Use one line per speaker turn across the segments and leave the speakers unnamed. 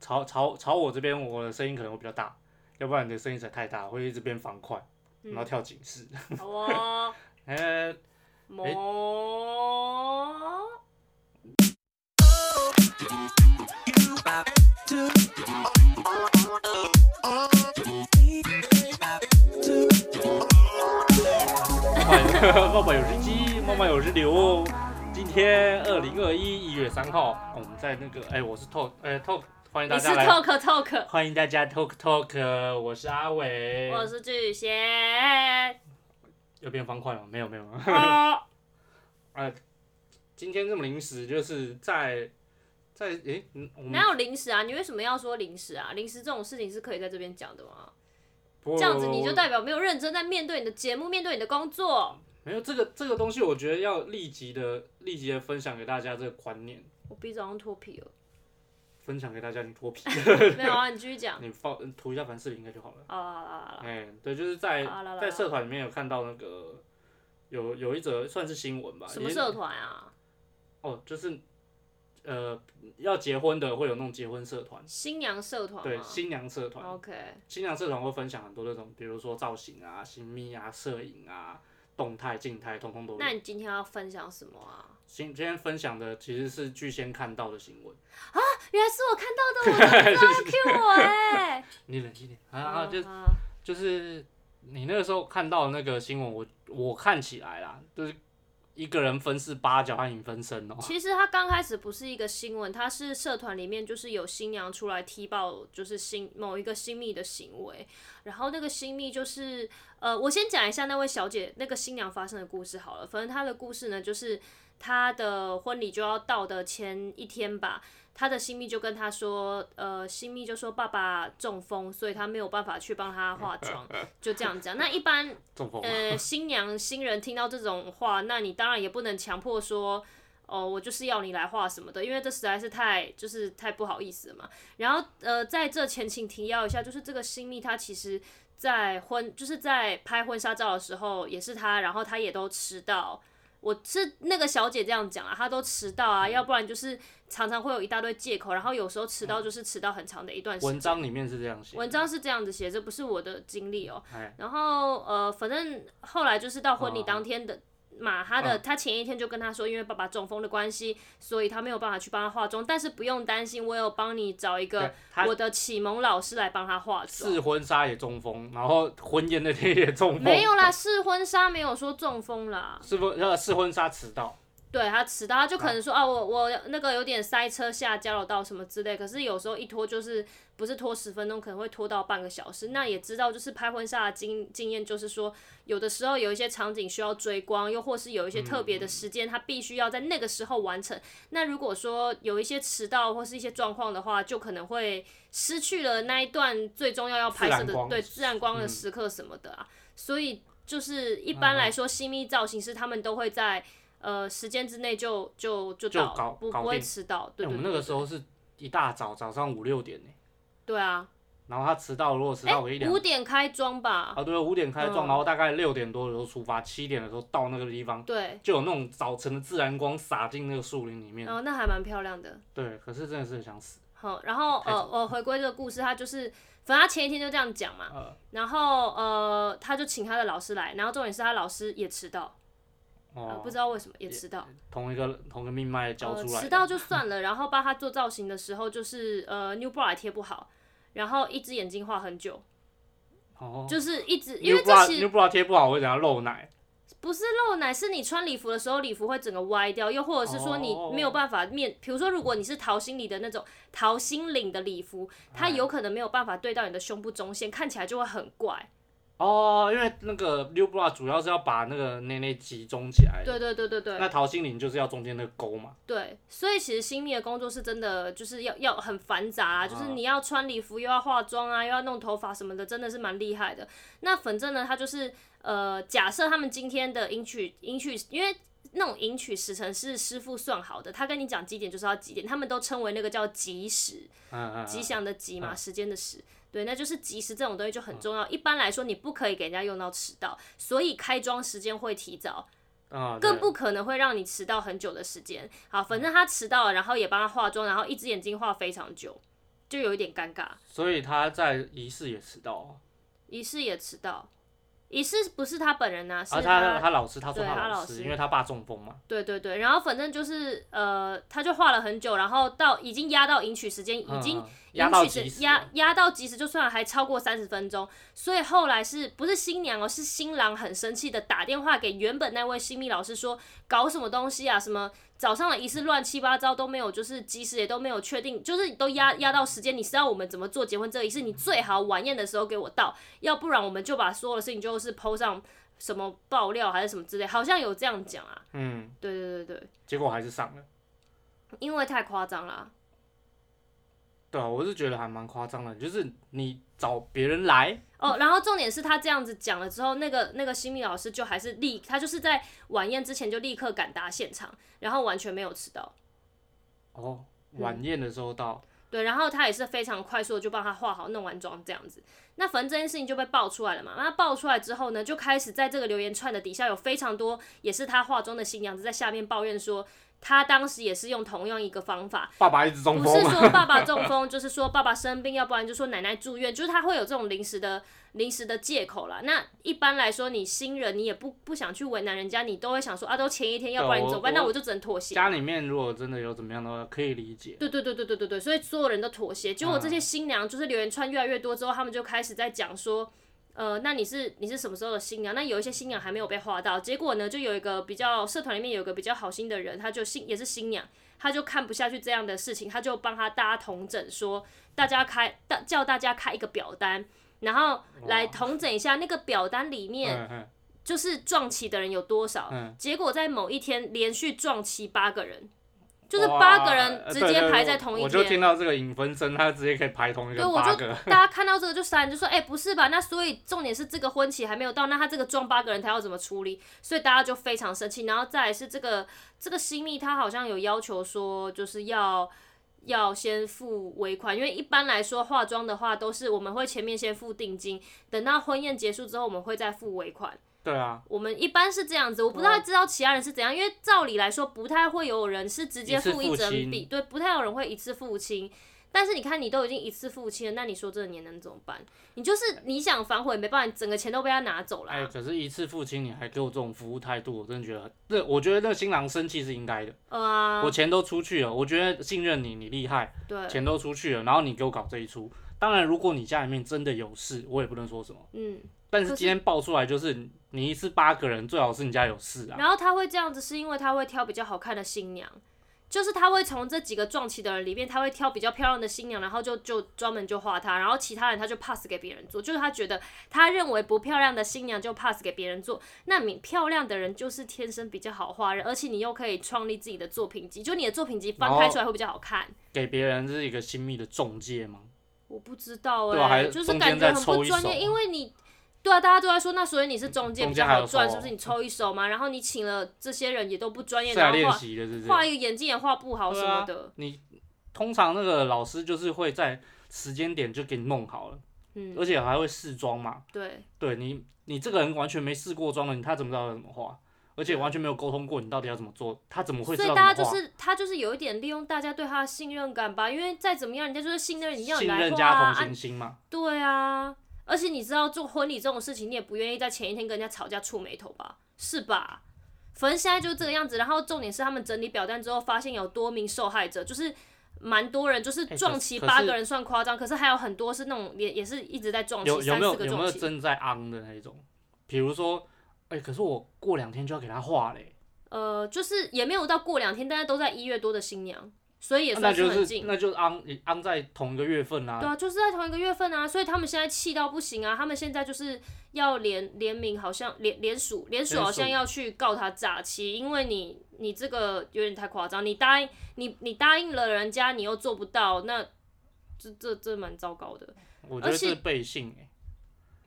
朝朝朝我这边，我的声音可能会比较大，要不然你的声音实在太大，会一直变方块，然后
嗯，
跳警示。
好哦，
呃，
魔，
漫漫有日记，漫漫有日流哦。今天二零二一一月三号，我们在那个哎、我是 Talk 哎、Talk，欢迎大
你是
家来，
talk talk，
欢迎大家 Talk Talk，我是阿伟。
我是巨 蟹，
有变方块吗？没有没有。
哦，
今天这么临时，就是在在诶、嗯我们
哪有零食啊？你为什么要说零食啊？零食这种事情是可以在这边讲的吗？
不
这样子你就
我
代表没有认真在面对你的节目，面对你的工作。
没有这个这个东西，我觉得要立即的立即的分享给大家这个观念，
我鼻子好像脱 皮了，
分享给大家你脱皮，
哦 没有啊？你继续讲。
你放涂一下凡士林应该就好了。
好了好了好了，
哎、对，就是在
啊啦啦啦
在社团里面有看到那个有有一则算是新闻吧，
什么
也
社团啊？
哦，就是呃要结婚的会有那种结婚社团，
新娘社团
对
吗
新娘社团，
？OK，
新娘社团会分享很多这种，比如说造型啊、新密啊、摄影啊、动态、静态，通通都有。
那你今天要分享什么啊？
今今天分享的其实是巨先看到的新闻，
原来是我看到的，我真 的要 Q 我哎！
你冷静点啊啊！就
嗯
就是你那个时候看到的那个新闻，我我看起来啦，就是一个人分饰八角和影分身哦、
其实它刚开始不是一个新闻，它是社团里面就是有新娘出来踢爆，就是新某一个新密的行为。然后那个新密就是，呃，我先讲一下那位小姐那个新娘发生的故事好了。反正她的故事呢，就是她的婚礼就要到的前一天吧，她的新密就跟她说，呃，新密就说爸爸中风，所以她没有办法去帮她化妆，就这样讲。那一般
中风了，
呃，新娘 新人听到这种话，那你当然也不能强迫说，哦，我就是要你来画什么的，因为这实在是太就是太不好意思了嘛。然后呃，在这前情提要一下，就是这个新密她其实在婚就是在拍婚纱照的时候也是她，然后她也都迟到。我是那个小姐这样讲啊，她都迟到啊，要不然就是常常会有一大堆借口，然后有时候迟到就是迟到很长的一段时间。
文章里面是这样写的，
文章是这样子写，这不是我的经历哦、
哎哦
然后呃，反正后来就是到婚礼当天的。嘛，他
嗯
的他前一天就跟他说，因为爸爸中风的关系，所以他没有办法去帮他化妆，但是不用担心，我有帮你找一
对
个
他
我的启蒙老师来帮他化妆。
试婚纱也中风，然后婚宴那天也中风，
没有啦，试婚纱没有说中风啦，
试婚呃试婚纱迟到，
对他迟到，他就可能说啊，我我那个有点塞车下交流道什么之类，可是有时候一拖就是不是拖十分钟，可能会拖到半个小时。那也知道，就是拍婚纱的经经验，就是说有的时候有一些场景需要追光，又或是有一些特
嗯
别的时间，它必须要在那个时候完成。那如果说有一些迟到或是一些状况的话，就可能会失去了那一段最重要要拍
自
摄
然
的
光嗯
对自然光的时刻什么的啊。所以就是一
嗯
般来说，新密造型师他们都会在。呃，时间之内就就就
就
到，
搞
不
搞
不会
定
迟到。对
哎我
对
们
对
那个时候是一大早早上五六点呢、
对啊，
然后他迟到，如果迟
哎
到个一，两
五点开妆吧，
啊，对，五点开撞，
嗯
然后大概六点多的时候出发，七点的时候到那个地方，
对，
就有那种早晨的自然光洒进那个树林里面
然。哦后那还蛮漂亮的。
对，可是真的是很想死。
好，然后
开
呃，我回归这个故事，他就是，反正他前一天就这样讲嘛，
呃，
然后呃，他就请他的老师来，然后重点是他老师也迟到，呃
哦
不，知道为什么也迟到，
同一个同一个命脉交
呃
出来的。
迟到就算了，然后帮他做造型的时候，就是呃，new bra 也贴不好，然后一只眼睛画很久，
哦，
就是一直因
New
为这
bra
其
New
实
bra 贴不好，我会等下漏奶。
不是露奶，是你穿礼服的时候，礼服会整个歪掉，又或者是说你
哦
没有办法面，比如说如果你是桃心领的那种桃心领的礼服，
哎
它有可能没有办法对到你的胸部中线，看起来就会很怪。
哦，因为那个 New bra 主要是要把那个内内集中起来。
对对对对对
那桃心林就是要中间那个沟嘛。
对，所以其实新密的工作是真的就是要要很繁杂啊，就是你要穿礼服，又要化妆啊，又要弄头发什么的，真的是蛮厉害的。那反正呢，他就是呃，假设他们今天的迎娶迎娶，因为。那种迎娶时辰是师傅算好的，他跟你讲几点就是要几点，他们都称为那个叫吉时。
嗯嗯。
吉祥的吉嘛，时间的时，对，那就是吉时这种东西就很重要。一般来说，你不可以给人家用到迟到，所以开妆时间会提早，
啊，
更
对
不可能会让你迟到很久的时间。好，反正他迟到了，然后也帮他化妆，然后一只眼睛画非常久。就有一点尴尬。
所以他在仪式也迟到哦，
仪式也迟到，仪式不是他本人呐、是
而哦啊他他老师他说
对
他
他
老
老
师，
师
因为他爸中风嘛，
对对对，然后反正就是呃，他就画了很久，然后到已经压到迎取时间，已
嗯
经
嗯压到
迎娶
极
时
死
压
了，
压到极时，就算了还超过三十分钟，所以后来是不是新娘哦，是新郎很生气的打电话给原本那位新密老师说，搞什么东西啊，什么早上的仪式乱七八糟都没有，就是及时也都没有确定，就是都压压到时间，你知道我们怎么做结婚这个仪式，你最好晚宴的时候给我到，要不然我们就把所有的事情就是 PO 上什么爆料还是什么之类，好像有这样讲啊，
嗯，
对对对对，
结果还是上了。
因为太夸张了，
对啊，我是觉得还蛮夸张的，就是你找别人来，
哦，然后重点是他这样子讲了之后，那个那个新密老师就还是立，他就是在晚宴之前就立刻赶达现场，然后完全没有迟到。
哦，
嗯
晚宴的时候到，
对，然后他也是非常快速的就帮他化好、弄完妆这样子。那反正这件事情就被爆出来了嘛。那爆出来之后呢，就开始在这个留言串的底下有非常多也是他化妆的新娘子在下面抱怨说，她当时也是用同样一个方法，
爸爸一直中
不
风
是
嘛，
说爸爸中风，就是说爸爸生病，要不然就说奶奶住院，就是他会有这种临时的临时的借口啦。那一般来说，你新人你也不不想去为难人家，你都会想说啊，都前一天，要不然你
我
走吧，
哦我
那我就只能妥协。
家里面如果真的有怎么样的话，可以理解。
对对对对对对对，所以所有人都妥协。结果这些新娘就是留言串越来越多之后，他们就开始在讲说，呃，那你是你是什么时候的新娘？那有一些新娘还没有被划到，结果呢，就有一个比较社团里面有一个比较好心的人，他就新也是新娘，他就看不下去这样的事情，他就帮他大家同整说，大家开大叫大家开一个表单。然后来同整一下那个表单里面，
嗯嗯
就是撞旗的人有多少？
嗯
结果在某一天连续撞旗八个人，就是
哇呃
八个人直
对
接
对
排在同一
我
天。
就听到这个影分身，他直接可以排同一
对
个
我
八
就
个，
大家看到这个就删，就说哎、不是吧？那所以重点是这个婚期还没有到，那他这个撞八个人他要怎么处理？所以大家就非常生气。然后再来是这个这个新密他好像有要求说，就是要要先付尾款，因为一般来说化妆的话都是我们会前面先付定金，等到婚宴结束之后我们会再付尾款。
对啊，
我们一般是这样子，我不
哦
太知道其他人是怎样，因为照理来说不太会有人是直接
一次
付一整
付清
笔，对，不太有人会一次付清。但是你看，你都已经一次付清了，那你说真的你能怎么办？你就是你想反悔没办法，你整个钱都被他拿走了啊、
哎、可是一次付清你还给我这种服务态度，我真的觉得很，那我觉得那个新郎生气是应该的。
呃啊
我钱都出去了，我觉得信任你，你厉害，
对，
钱都出去了，然后你给我搞这一出。当然，如果你家里面真的有事，我也不能说什么。
嗯。
但
可
是
是
今天爆出来就是你一次八个人，最好是你家有事啊。
然后他会这样子，是因为他会挑比较好看的新娘，就是他会从这几个撞旗的人里面，他会挑比较漂亮的新娘，然后就就专门就画她，然后其他人他就 pass 给别人做，就是他觉得他认为不漂亮的新娘就 pass 给别人做，那你漂亮的人就是天生比较好画人，而且你又可以创立自己的作品集，就你的作品集翻开出来会比较好看。
给别人是一个亲密的中介吗？
我不知道
对啊
哎、
还
就是
中间
感觉
再
很
抽
不
一
专
手啊
业，因为你。对啊，大家都在说，那所以你是中介
中
比
间
较
还有啊
好赚，
抽
是不是？你抽一手嘛，然后你请了这些人也都不专业，
是来啊
然后
练
画
习的，是不
画
是？
一个眼睛也画不好什么的，
你通常那个老师就是会在时间点就给你弄好了，
嗯，
而且还会试妆嘛。
对，
对你，你这个人完全没试过妆的，你他怎么知道要怎么画？而且完全没有沟通过，你到底要怎么做？他怎么会
所
知
以
道怎
大
么
家就
画？
是他就是有一点利用大家对他的信任感吧，因为再怎么样，人家就是信任你，要你
信
来
任
画
加
啊，
同
啊
情心嘛。
对啊，而且你知道做婚礼这种事情，你也不愿意在前一天跟人家吵架触眉头吧，是吧？反正现在就是这个样子，然后重点是他们整理表单之后，发现有多名受害者，就是蛮多人，就是
哎可
撞
是
旗
可
八
是
个人算夸张，可是还有很多是那种也也啊是一直在撞旗，
有有
三
没
四
有
个
有没
撞
有
旗，
真在昂的那一种？比如说，哎、可是我过两天就要给他画嘞，
呃，就是也没有到过两天，大家都在一月多的新娘，所以也
啊那
算
就
很近
是。那就是昂昂在同一个月份
对
啊。
啊，就是在同一个月份啊，所以他们现在气到不行啊！他们现在就是要联联名，好像联联署，联署
联
好像
署
要去告他诈欺，因为你你这个有点太夸张，你答应你你答应了人家，你又做不到，那这这这蛮糟糕的。
我觉得
而且
是背信哎、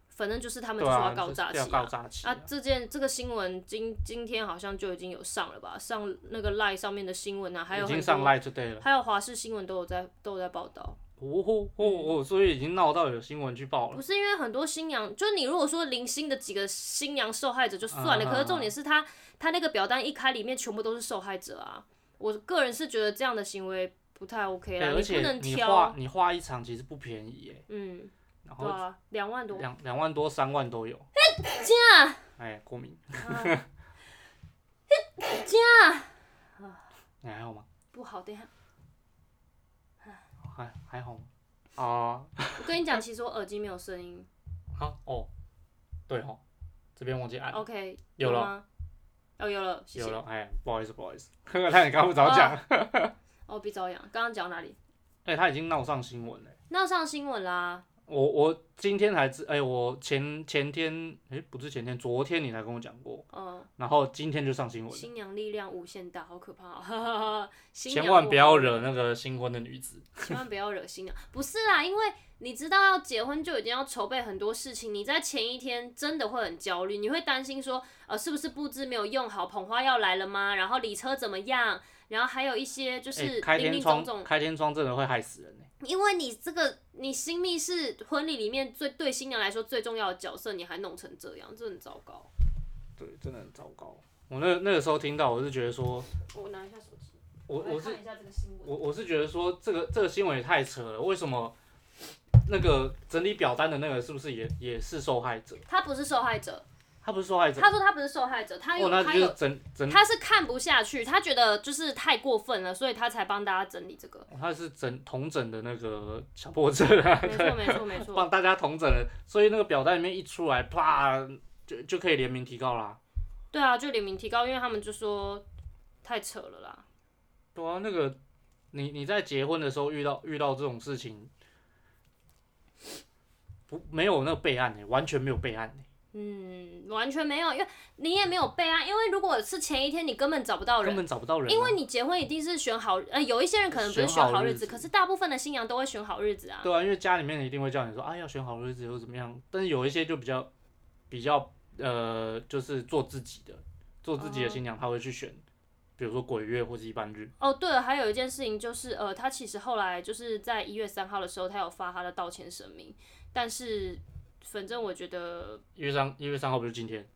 反正就是他们
对
就是要
啊，
告诈
这
欺
是要告诈欺啊
啊，这件这个新闻今今天好像就已经有上了吧，上那个 Line 上面的新闻啊，还有
已经
很
上
多，
Line Today 了，
还有华视新闻都有在都有在报道。
哦吼哦哦，所以已经闹到有新闻去报
嗯不啊
了。
是因为很多新娘，就是你如果说零星的几个新娘受害者就算了，
啊
可是重点是他他那个表单一开，里面全部都是受害者啊。我个人是觉得这样的行为不太 OK
对
啦，
而
你不
且
能
你
挑
画，你画一场其实不便宜耶，
嗯，
然
对
后
啊，两万多，
两两万多、三万都有。
这样
哎，过敏，
啊
你哎还好吗？
不好，等一下，
还还好吗？啊，
我跟你讲，其实我耳机没有声音
好哦，对哦，这边忘记按，
，OK，
啊有了
哦吗？哦，有了，谢
有
谢。
了，哎，不好意思，不好意思， 呵，那你刚刚不早讲，
哦，别遭殃，刚刚讲哪里？
哎，他已经闹上新闻了。
闹上新闻啦，
我我今天还知，哎、我前前天，哎、不是前天，昨天你才跟我讲过，
嗯，
然后今天就上新闻了，
新娘力量无限大，好可怕 哦！新娘
千万不要
我，
惹那个新婚的女子。
千 万不要惹新娘。不是啦，因为你知道要结婚就已经要筹备很多事情，你在前一天真的会很焦虑，你会担心说，呃，是不是布置没有用好，捧花要来了吗？然后礼车怎么样？然后还有一些就
哎、
是
开
林
天
林总
窗，
总，
开天窗真的会害死人、欸、
因为你这个你新密是婚礼里面最对新娘来说最重要的角色，你还弄成这样，这很糟糕。
对，真的很糟糕。我那那个时候听到，我是觉得说，
我拿一下手机，
我
来
我是
看一下这个新闻。
我我是觉得说，这个这个新闻也太扯了，为什么那个整理表单的那个是不是也也是受害者？
他不是受害者，
他不是受害者，
他说他不是受害者，他有、
哦，那
他
就是
有
整整
他是看不下去，他觉得就是太过分了，所以他才帮大家整理 这个。
他是整同整的那个强迫症啊，
没错没错没
帮
错，
大家同整了，所以那个表单里面一出来，啪，就就可以联名提高啦。
对啊，就联名提高，因为他们就说太扯了啦。
对啊，那个你你在结婚的时候遇到遇到这种事情，不没有那个备案呢、欸完全没有备案呢、
嗯，完全没有，因为你也没有备案，因为如果是前一天，你根本找不到
根
人。
本找不到人啊、
因为你结婚一定是选好，呃，有一些人可能不是选
选好
好日
日
子，
子
可是大部分的新娘都会选好日子啊。
对啊，因为家里面一定会叫你说啊要选好日子又怎么样，但是有一些就比较比较呃就是做自己的，做自己的新娘，她会去选，比如说鬼月或是一般日。
哦，对了，还有一件事情就是，呃，他其实后来就是在一月三号的时候，他有发他的道歉声明，但是反正我觉得，
一月三一月三号不是今天，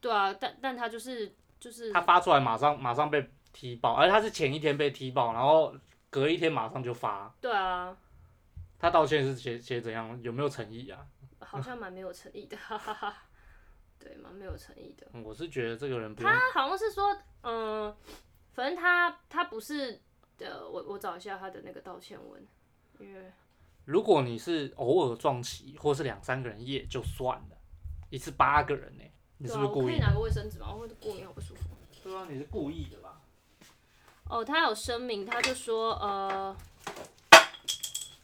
对啊，但但他就是就是
他发出来马上马上被踢爆，而且他是前一天被踢爆，然后隔一天马上就发。
对啊，
他道歉是写写怎样，有没有诚意啊？
好像蛮没有诚意的，哈哈哈，对，蛮没有诚意的。
嗯我是觉得这个人不用，
他好像是说，嗯、反正他他不是，呃，我我找一下他的那个道歉文，因为
如果你是偶尔撞齐，或是两三个人夜就算了，一次八个人呢、你是
对
不
啊，
是
我
故
可以
意的？
拿个卫生纸吗？我会过敏，好不舒服。
对啊，你是故意的吧？
哦，他有声明，他就说，呃，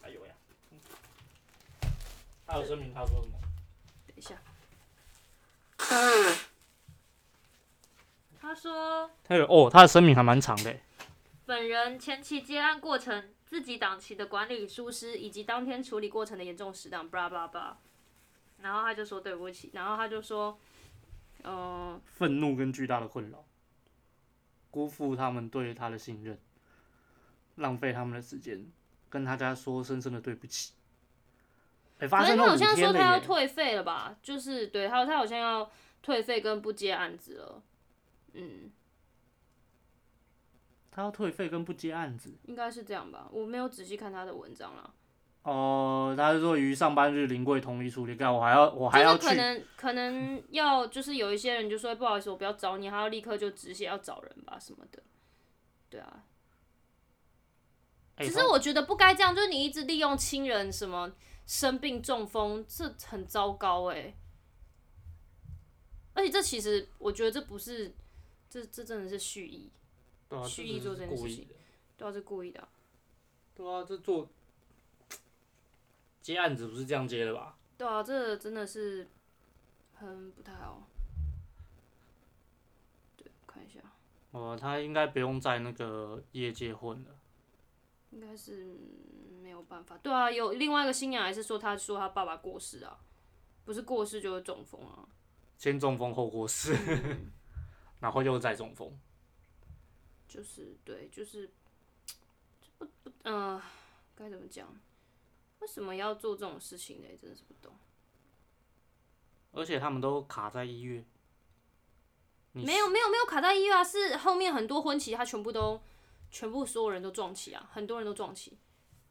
哎呦呀！他有声明，他说什么？
等一下。他说，
他有哦，他的声明还蛮长的、欸
本人前期接案过程、自己档期的管理疏失，以及当天处理过程的严重失当，blah blah blah。然后他就说对不起，然后他就说，嗯、
愤怒跟巨大的困扰，辜负他们对他的信任，浪费他们的时间，跟大家说深深的对不起。哎、发
反
生
正
了
他好
五
像说
天了
他要
耶！
退费了吧？就是对，他他好像要退费跟不接案子了，嗯，
他要退费跟不接案子。
应该是这样吧？我没有仔细看他的文章啦，
哦、他是说于上班日临柜同意处理，干我还要我还要
就是可
去。
能可能要就是有一些人就说不好意思，我不要找你，他要立刻就止血要找人吧什么的，对啊。
哎
其实
他
我觉得不该这样，就是你一直利用亲人什么生病中风，这很糟糕哎、而且这其实我觉得这不是，这这真的是蓄意，
对啊
蓄意
这
做
只
这
是
件
故
事
意
情
的。
对啊，是故意的啊、
对啊，这做接案子不是这样接的吧？
对啊，这真的是很不太好。对，看一下，
哦、他应该不用在那个业界混了。
应该是嗯没有办法。对啊，有另外一个新娘还是说，她说她爸爸过世啊，不是过世就是中风啊。
先中风后过世，
嗯
然后又再中风。
就是对，就是这不不呃，该怎么讲？为什么要做这种事情呢？真的是不懂。
而且他们都卡在一月。你
没有没有没有卡在医院啊，是后面很多婚期他全部都全部所有人都撞期啊，很多人都撞期。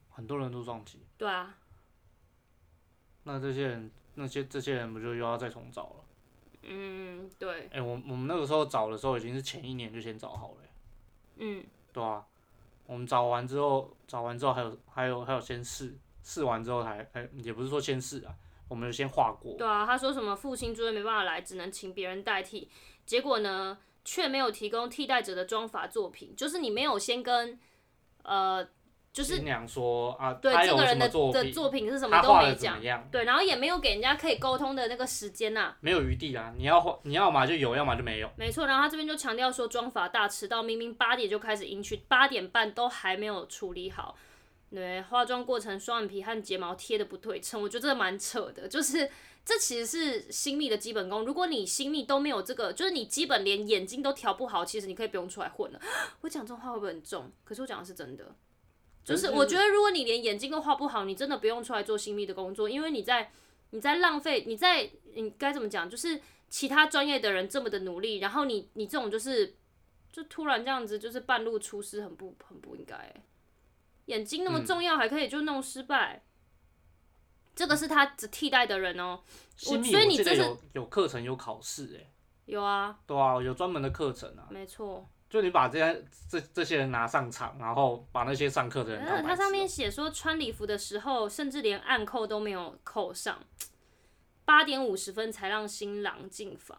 很多人都撞期，
对啊，
那这些人那些这些人不就又要再重找了？
嗯，对，
哎、我我们那个时候找的时候已经是前一年就先找好了、欸
嗯，
对啊，我们找完之后，找完之后还有还有还有先试试完之后才哎、也不是说先试啊，我们就先画过，
对啊，他说什么父亲住院没办法来，只能请别人代替，结果呢却没有提供替代者的装法作品，就是你没有先跟呃，就是
新娘说啊，
对
他
这
有
个
什
人
么
的
作
的
品，
作品是什么
他
都
画
没
的怎
讲
么，样，
对，然后也没有给人家可以沟通的那个时间呐、
没有余地啊，你要画你要嘛就有，要么就没有，
没错，然后他这边就强调说，妆法大迟到，明明八点就开始迎娶，八点半都还没有处理好。对，化妆过程双眼皮和睫毛贴的不对称，我觉得这蛮扯的。就是这其实是新密的基本功，如果你新密都没有这个，就是你基本连眼睛都调不好，其实你可以不用出来混了。 我讲这种话会不会很重？可是我讲的是真的。就是我觉得，如果你连眼睛都画不好，你真的不用出来做新密的工作，因为你在你在浪费，你在你该怎么讲？就是其他专业的人这么的努力，然后你你这种就是就突然这样子，就是半路出师，很不很不应该欸。眼睛那么重要，还可以就弄失败，这个是他只替代的人哦、
新密
所以
我
你
记得
这是
有有课程有考试哎、
有啊，
对啊，有专门的课程啊，
没错。
就你把这些这这些人拿上场，然后把那些上课的人当白
嗯，
痴哦、
它上面写说穿礼服的时候，甚至连暗扣都没有扣上，八点五十分才让新郎进房，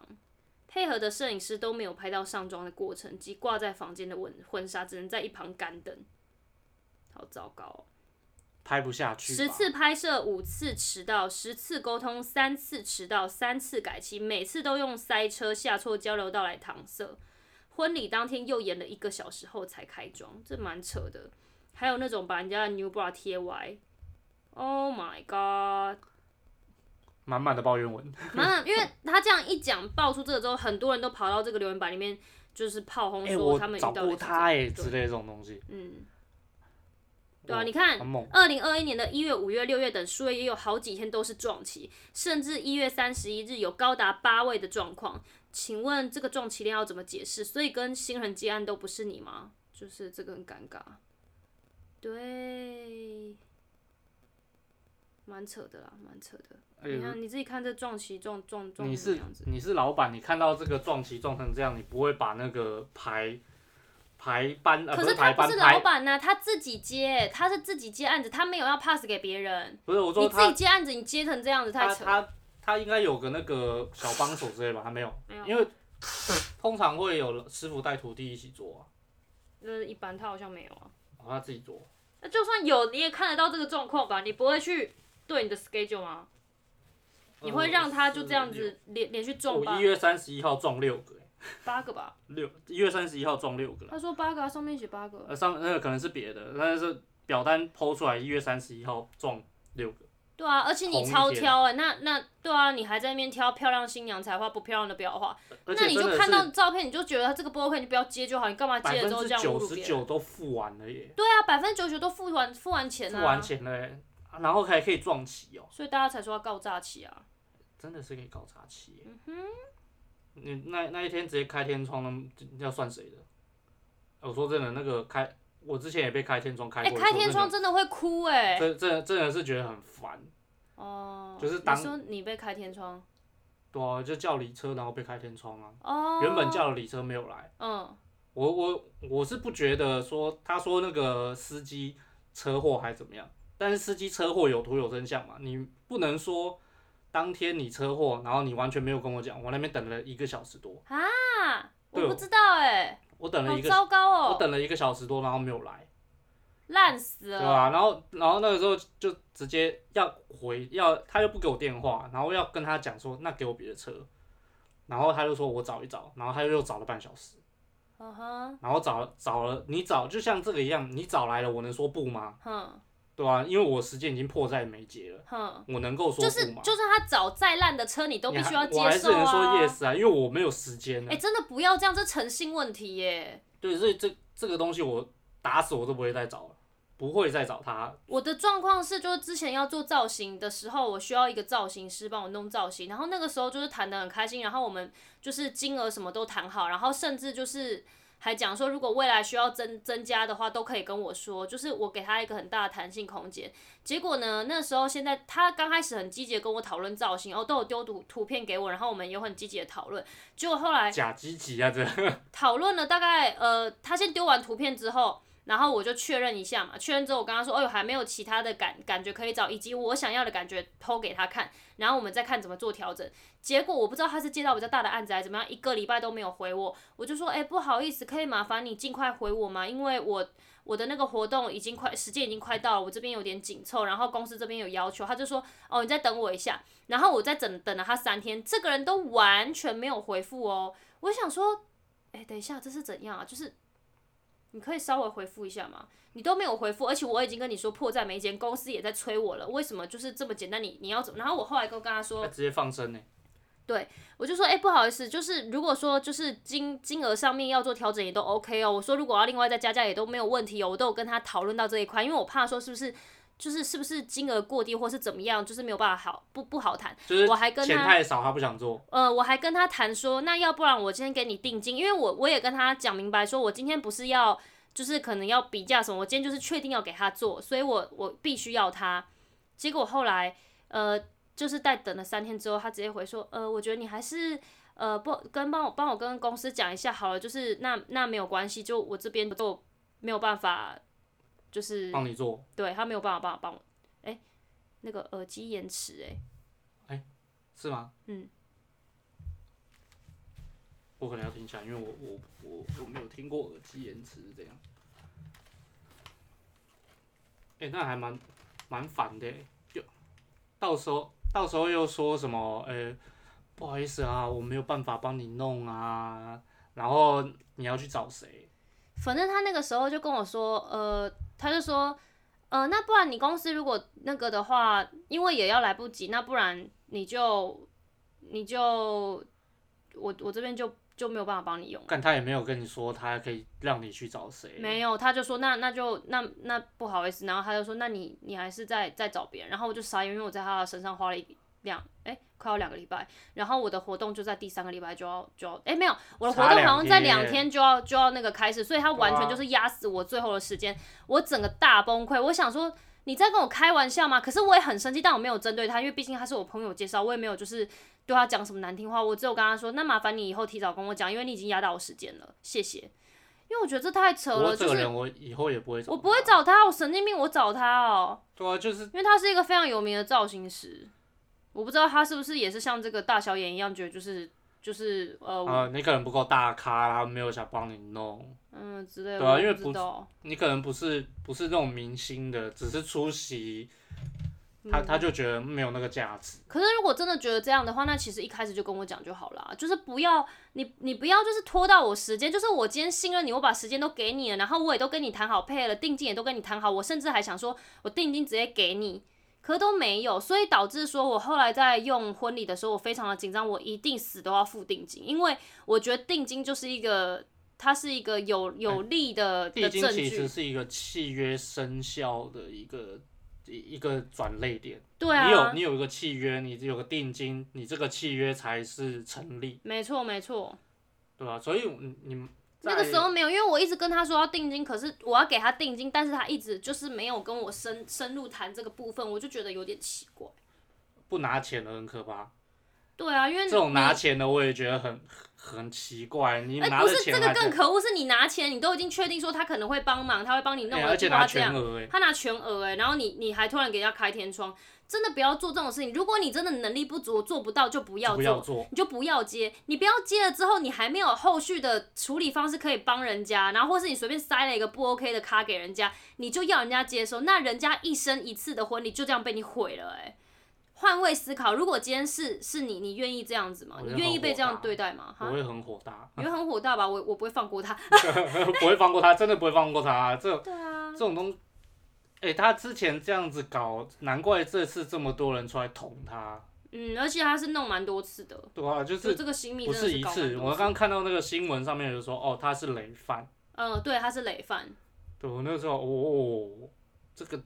配合的摄影师都没有拍到上妆的过程及挂在房间的婚婚纱，只能在一旁干等，好糟糕哦、
拍不下去吧，
十次拍摄，五次迟到，十次沟通，三次迟到，三次改期，每次都用塞车、下错交流道来搪塞。婚礼当天又延了一个小时后才开妆，这蛮扯的。还有那种把人家的 new bra 贴歪，Oh my god！
满满的抱怨文。
那因为他这样一讲爆出这个之后，很多人都跑到这个留言板里面，就是炮轰
哎、
说
我
他们遇
找
到的
过
是这
他
样
哎、
对
之类的这种东西，
嗯，对啊，
哇
你看
很猛。
二零二一年的一月、五月、六月等数月也有好几天都是撞期，甚至一月三十一日有高达八位的状况。请问这个撞期恋要怎么解释？所以跟新人接案都不是你吗？就是这个很尴尬，对，蛮扯的啦，蛮扯的。
哎
你看你自己看这撞期撞撞撞
你
成什么
是
样子？
你是老板，你看到这个撞旗撞成这样，你不会把那个排排班呃
可
不是
他
排
不
班
是老
排
板呐、他自己接，他是自己接案子，他没有要 pass 给别人。
不是我
你
说
自己
他
接案子，你接成这样子太
他
扯了。
他他应该有个那个小帮手之类吧？他没有，
没有
因为通常会有师傅带徒弟一起做啊，
就是一般，他好像没有啊。
哦他自己做。
那就算有，你也看得到这个状况吧？你不会去对你的 schedule 吗？你
嗯
会让他就这样子连连续
呃？
撞
我
吧
一？月三十一号撞六个、欸
八个吧？
六一月三十一号撞六个啦，
他说八个、啊，上面写八个。
呃，上那个可能是别的，但是表单抛出来一月三十一号撞六个，
对啊，而且你
同一
超
天
挑哎、那那对啊，你还在那边挑漂亮新娘才画，不漂亮的不要画。
而
那
且
你
真
就
的
看到
是
照片，你就觉得他这个不 OK，你不要接就好，你干嘛
百
接了
分
之后
之
这样侮
九
辱
十
别人？
九都付完了耶，
对啊，百分之九十九都付完付完钱
付
啊，
完钱了耶，啊然后还可以撞齐哦，
所以大家才说要告诈欺啊。
真的是可以搞砸期耶。嗯哼，你那那一天直接开天窗，那要算谁的？我说真的，那个开我之前也被开天窗开
哎、
过一次，
开天窗
真
真的会哭哎、
真真真的是觉得很烦，
哦，
就是
你
当
说你被开天窗
对啊，就叫离车然后被开天窗啊，
哦，
原本叫了离车没有来。
嗯，
我我我是不觉得说他说那个司机车祸还怎么样，但是司机车祸有图有真相嘛，你不能说当天你车祸，然后你完全没有跟我讲，我那边等了一个小时多，
啊，
对
我不
哦
知道哎、
我等了
好
一个，
糟糕
我
哦，
等了一个小时多，然后没有来，
烂死
对
了。
吧、然后然后那个时候就直接要回，要他又不给我电话，然后要跟他讲说那给我别的车，然后他就说我找一找，然后他又找了半小时，
嗯哼，
然后找找了你找就像这个一样，你找来了，我能说不吗？
哼
对啊，因为我时间已经迫在眉睫了，
哼，
我能够说
就是
不吗？
就算他找再烂的车，你都
你
必
还
须要接
我还是
受
能说
啊。
yes 啊，因为我没有时间
哎、
了。
真的不要这样，这诚信问题耶。
对，所以这这个东西我打死我都不会再找了，不会再找他。
我的状况是，就是之前要做造型的时候，我需要一个造型师帮我弄造型，然后那个时候就是谈的很开心，然后我们就是金额什么都谈好，然后甚至就是还讲说，如果未来需要增增加的话，都可以跟我说，就是我给他一个很大的弹性空间。结果呢，那时候现在他刚开始很积极地跟我讨论造型，哦，都有丢图图片给我，然后我们有很积极的讨论。结果后来
假积极啊，这
讨论了大概呃，他先丢完图片之后，然后我就确认一下嘛，确认之后我跟他说，哦呦，还没有其他的感感觉可以找，以及我想要的感觉抛给他看，然后我们再看怎么做调整。结果我不知道他是接到比较大的案子还是怎么样，一个礼拜都没有回我，我就说，哎、不好意思，可以麻烦你尽快回我吗？因为我我的那个活动已经快时间已经快到了，我这边有点紧凑，然后公司这边有要求，他就说，哦，你再等我一下，然后我再等等了他三天，这个人都完全没有回复哦，我想说。哎、等一下，这是怎样啊？就是你可以稍微回复一下吗？你都没有回复，而且我已经跟你说迫在眉睫，公司也在催我了，为什么就是这么简单？你你要怎么？然后我后来跟跟他 说，
直接放生呢、欸
我就说，哎、不好意思，就是如果说就是金金额上面要做调整也都 OK 哦。我说如果要另外再加价也都没有问题哦，我都有跟他讨论到这一块，因为我怕说是不是就是是不是金额过低或是怎么样，就是没有办法好不不好谈。
就是
我还跟
钱
他
太少，他不想做，
呃，我还跟他谈说，那要不然我今天给你定金，因为我我也跟他讲明白，说我今天不是要就是可能要比价什么，我今天就是确定要给他做，所以我我必须要他。结果后来呃，就是在等了三天之后，他直接回说，呃，我觉得你还是。呃，不跟帮我帮我跟公司讲一下好了，就是那那没有关系，就我这边就没有办法，就是
帮你做，
对他没有办法帮我帮我，哎、那个耳机延迟、哎，
是吗？
嗯。
我可能要听一下，因为我我我我没有听过耳机延迟是这样。哎、那还蛮蛮烦的、欸，就到时候到时候又说什么？呃、不好意思啊，我没有办法帮你弄啊。然后你要去找谁？
反正他那个时候就跟我说，呃，他就说，呃，那不然你公司如果那个的话，因为也要来不及，那不然你就你就我我这边就就没有办法帮你用了。
但他也没有跟你说他可以让你去找谁。
没有，他就说那那就那那不好意思，然后他就说那你你还是再再找别人，然后我就傻眼，因为我在他的身上花了一两哎、快要两个礼拜，然后我的活动就在第三个礼拜就要就要哎、没有，我的活
差
动
两
好像在
天
两天就要就要那个开始，所以他完全就是压死我最后的时间，我整个大崩溃，我想说。你在跟我开玩笑吗？可是我也很生气，但我没有针对他，因为毕竟他是我朋友介绍，我也没有就是对他讲什么难听话，我只有跟他说，那麻烦你以后提早跟我讲，因为你已经压到我时间了，谢谢。因为我觉得这太扯
不
了，
过这
就
个
是
人我以后也不会找。
我不会。找他，我神经病，我找他哦，
对啊，就是
因为他是一个非常有名的造型师，我不知道他是不是也是像这个大小眼一样，觉得就是就是呃，
啊、你可能不够大咖，他没有想帮你弄，
嗯之类的，
对啊
我
因为
不
不
知道，
你可能不是不是那种明星的，只是出席，他
嗯
他就觉得没有那个价值。
可是如果真的觉得这样的话，那其实一开始就跟我讲就好啦，就是不要你你不要就是拖到我时间，就是我今天信任你，我把时间都给你了，然后我也都跟你谈好配了，定金也都跟你谈好，我甚至还想说我定金直接给你，可都没有，所以导致说我后来在用婚礼的时候，我非常的紧张，我一定死都要付定金，因为我觉得定金就是一个它是一个有有利的、
地
的
经
证
其实
据，
是一个契约生效的一个一一个转类点，
对啊，
你有你有一个契约，你有个定金，你这个契约才是成立，
没错没错。
对吧、所以你你
那个
在
时候没有，因为我一直跟他说要定金，可是我要给他定金，但是他一直就是没有跟我深深入谈这个部分，我就觉得有点奇怪。
不拿钱的很可怕，
对啊，因为
这种拿
你
钱的我也觉得很很奇怪，你
哎、
拿
不
了
是
钱
这
还
个
可
更可恶，是你拿钱，你都已经确定说他可能会帮忙，他会帮你弄
哎
了，
而且
结果他
拿
这样
全额哎、
他拿全额哎、然后你你还突然给人家开天窗，真的不要做这种事情。如果你真的能力不足，做不到就不要
不
做，
要做。
你就不要接，你不要接了之后，你还没有后续的处理方式可以帮人家，然后或是你随便塞了一个不 OK 的卡给人家，你就要人家接收，那人家一生一次的婚礼就这样被你毁了、欸，换位思考，如果今天是是你，你愿意这样子吗？
我觉
你
得
愿
很
意被
火
这样
大
对待吗？
我
啊哈，
会很火大，
你会很火大吧？我我不会放过他。
不会放过他，真的不会放过他。这
对啊
这，种东，哎、他之前这样子搞，难怪这次这么多人出来捅他，
嗯，而且他是弄蛮多次的，
对吧、就
就是这个新密
不
真的
一
搞蛮
次。
多
我
次
刚刚看到那个新闻上面有说，哦，他是累犯。
嗯、对，他是累犯。
对我那时候，哦，这个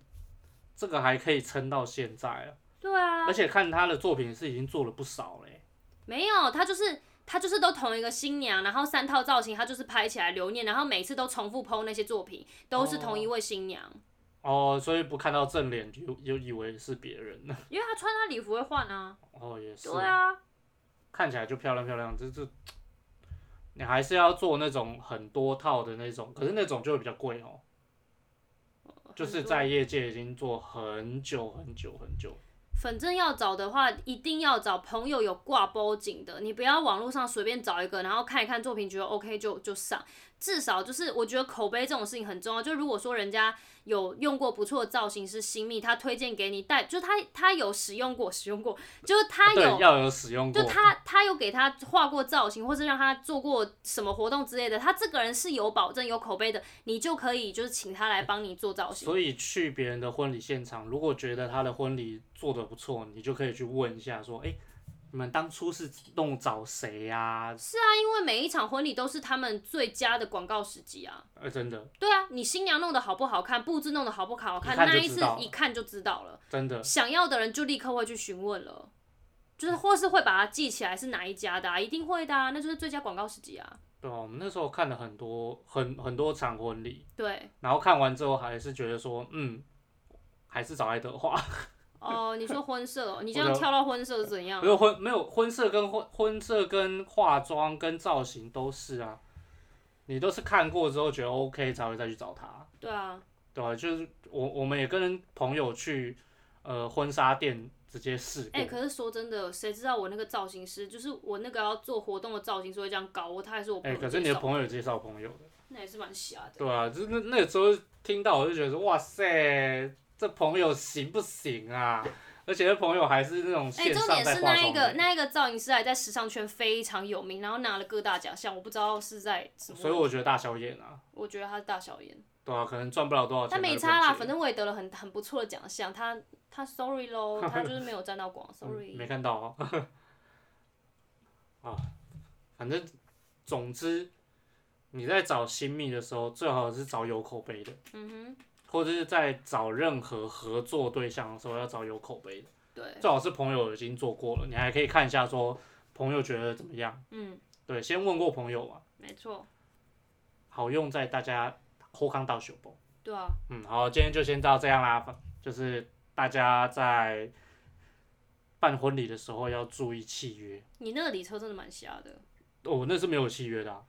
这个还可以撑到现在啊，
对啊，
而且看他的作品是已经做了不少嘞、
没有，他就是她就是都同一个新娘，然后三套造型，她就是拍起来留念，然后每次都重复 PO 那些作品，都是同一位新娘，
哦，所以不看到正脸就就以为是别人了。
因为她穿她礼服会换啊，
哦，也是。
对啊，
看起来就漂亮漂亮，这这，你还是要做那种很多套的那种，可是那种就会比较贵哦，
哦
就是在业界已经做很久很久很久。
反正要找的话，一定要找朋友有挂包景的，你不要网络上随便找一个，然后看一看作品觉得 OK 就就上。至少就是我觉得口碑这种事情很重要。就如果说人家有用过不错的造型师新密，他推荐给你带，就他他有使用过，使用过，就是他有
啊对，要有使用过
就。他他有给他画过造型，或是让他做过什么活动之类的，他这个人是有保证、有口碑的，你就可以就是请他来帮你做造型。
所以去别人的婚礼现场，如果觉得他的婚礼做的不错，你就可以去问一下，说，哎、你们当初是弄找谁呀、
是啊，因为每一场婚礼都是他们最佳的广告时机啊。
呃，真的，
对啊，你新娘弄得好不好看，布置弄得好不好看，
一看就
那一次
知道了
一看就知道了。
真的，
想要的人就立刻会去询问了，就是或是会把它记起来是哪一家的、啊，一定会的啊，那就是最佳广告时机啊。
对啊，我们那时候看了很多很很多场婚礼，
对，
然后看完之后还是觉得说，嗯，还是找爱德华。
哦、你说婚摄哦，你这
我
样
的
跳到婚摄是怎样啊
没？有婚没有婚摄跟婚婚摄跟化妆跟造型都是啊，你都是看过之后觉得 OK 才会再去找他，
对啊，
对吧、就是我我们也跟朋友去呃婚纱店直接试过，
哎、可是说真的，谁知道我那个造型师，就是我那个要做活动的造型师会这样搞我，他还是我朋
哎、
友
可是你的
介绍
朋友介绍朋友的，
那也是蛮瞎的。
对啊，就是那那个时候听到我就觉得说哇塞，这朋友行不行啊？而且这朋友还是那种
哎、
线
重
上
点
在
是
化
那一
妆
个
的，
那一个造型师还在时尚圈非常有名，然后拿了各大奖项，我不知道是在什么。
所以我觉得大小眼啊，
我觉得他是大小眼，
对啊，可能赚不了多少钱，
但没
那就不
差
用
啦，
接
反正我也得了很很不错的奖项。他他 sorry 咯，他就是没有沾到 光
嗯
，sorry。
没看到 哦。啊，反正总之，你在找新密的时候，最好是找有口碑的，
嗯哼，
或者是在找任何合作对象的时候，要找有口碑的。
对，
最好是朋友已经做过了，你还可以看一下说朋友觉得怎么样。
嗯，
对，先问过朋友嘛，
没错，
好用在大家后康到修补。
对啊，
嗯，好，今天就先到这样啦。就是大家在办婚礼的时候要注意契约。
你那个礼车真的蛮瞎的，
哦，那是没有契约的、啊。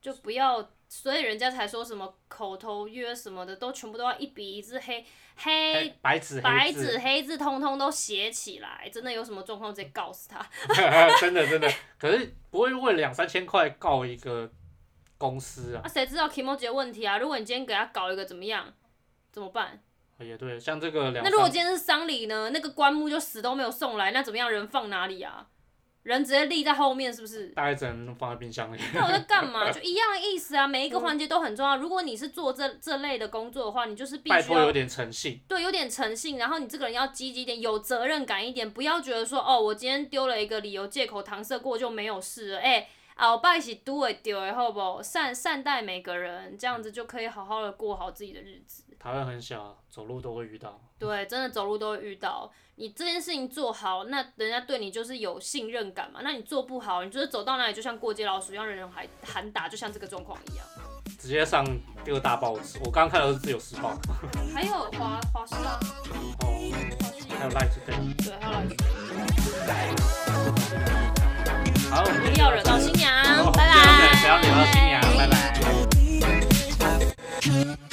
就不要。所以人家才说什么口头约什么的，都全部都要一笔一字黑黑
黑白纸
白
黑
纸
字，
黑字，通通都写起来。真的有什么状况直接告诉他。
真的真的，可是不会为了两三千块告一个公司啊。
啊，谁知道 k i m o j i 的问题啊？如果你今天给他搞一个怎么样，怎么办？
也对，像这个两
那如果
三
今天是丧礼呢？那个棺木就死都没有送来，那怎么样？人放哪里啊？人直接立在后面是不是？
大概只能放在冰箱里。
那我在干嘛？就一样的意思啊，每 一个环节都很重要。如果你是做这这类的工作的话，你就是必
拜
须
托有
要
点诚信，
对有点诚信，然后你这个人要积极一点，有责任感一点，不要觉得说哦，我今天丢了一个理由借口搪塞过就没有事了。哎、鳌拜是都会丢的，好不好？善善待每个人，这样子就可以好好的过好自己的日子。
台湾很小，走路都会遇到。
对，真的走路都会遇到。你这件事情做好，那人家对你就是有信任感嘛。那你做不好，你就是走到哪里就像过街老鼠一样，人人喊喊打，就像这个状况一样。
直接上各大报纸，我刚刚看到的是自由时报，
还有华华师啊，
哦，
华师
还有 Live Today。
对，还有老师
好，我们今
不
天
要惹到新娘
好，
拜
对对对
拜。
不要惹到新娘，拜拜。
Thank you.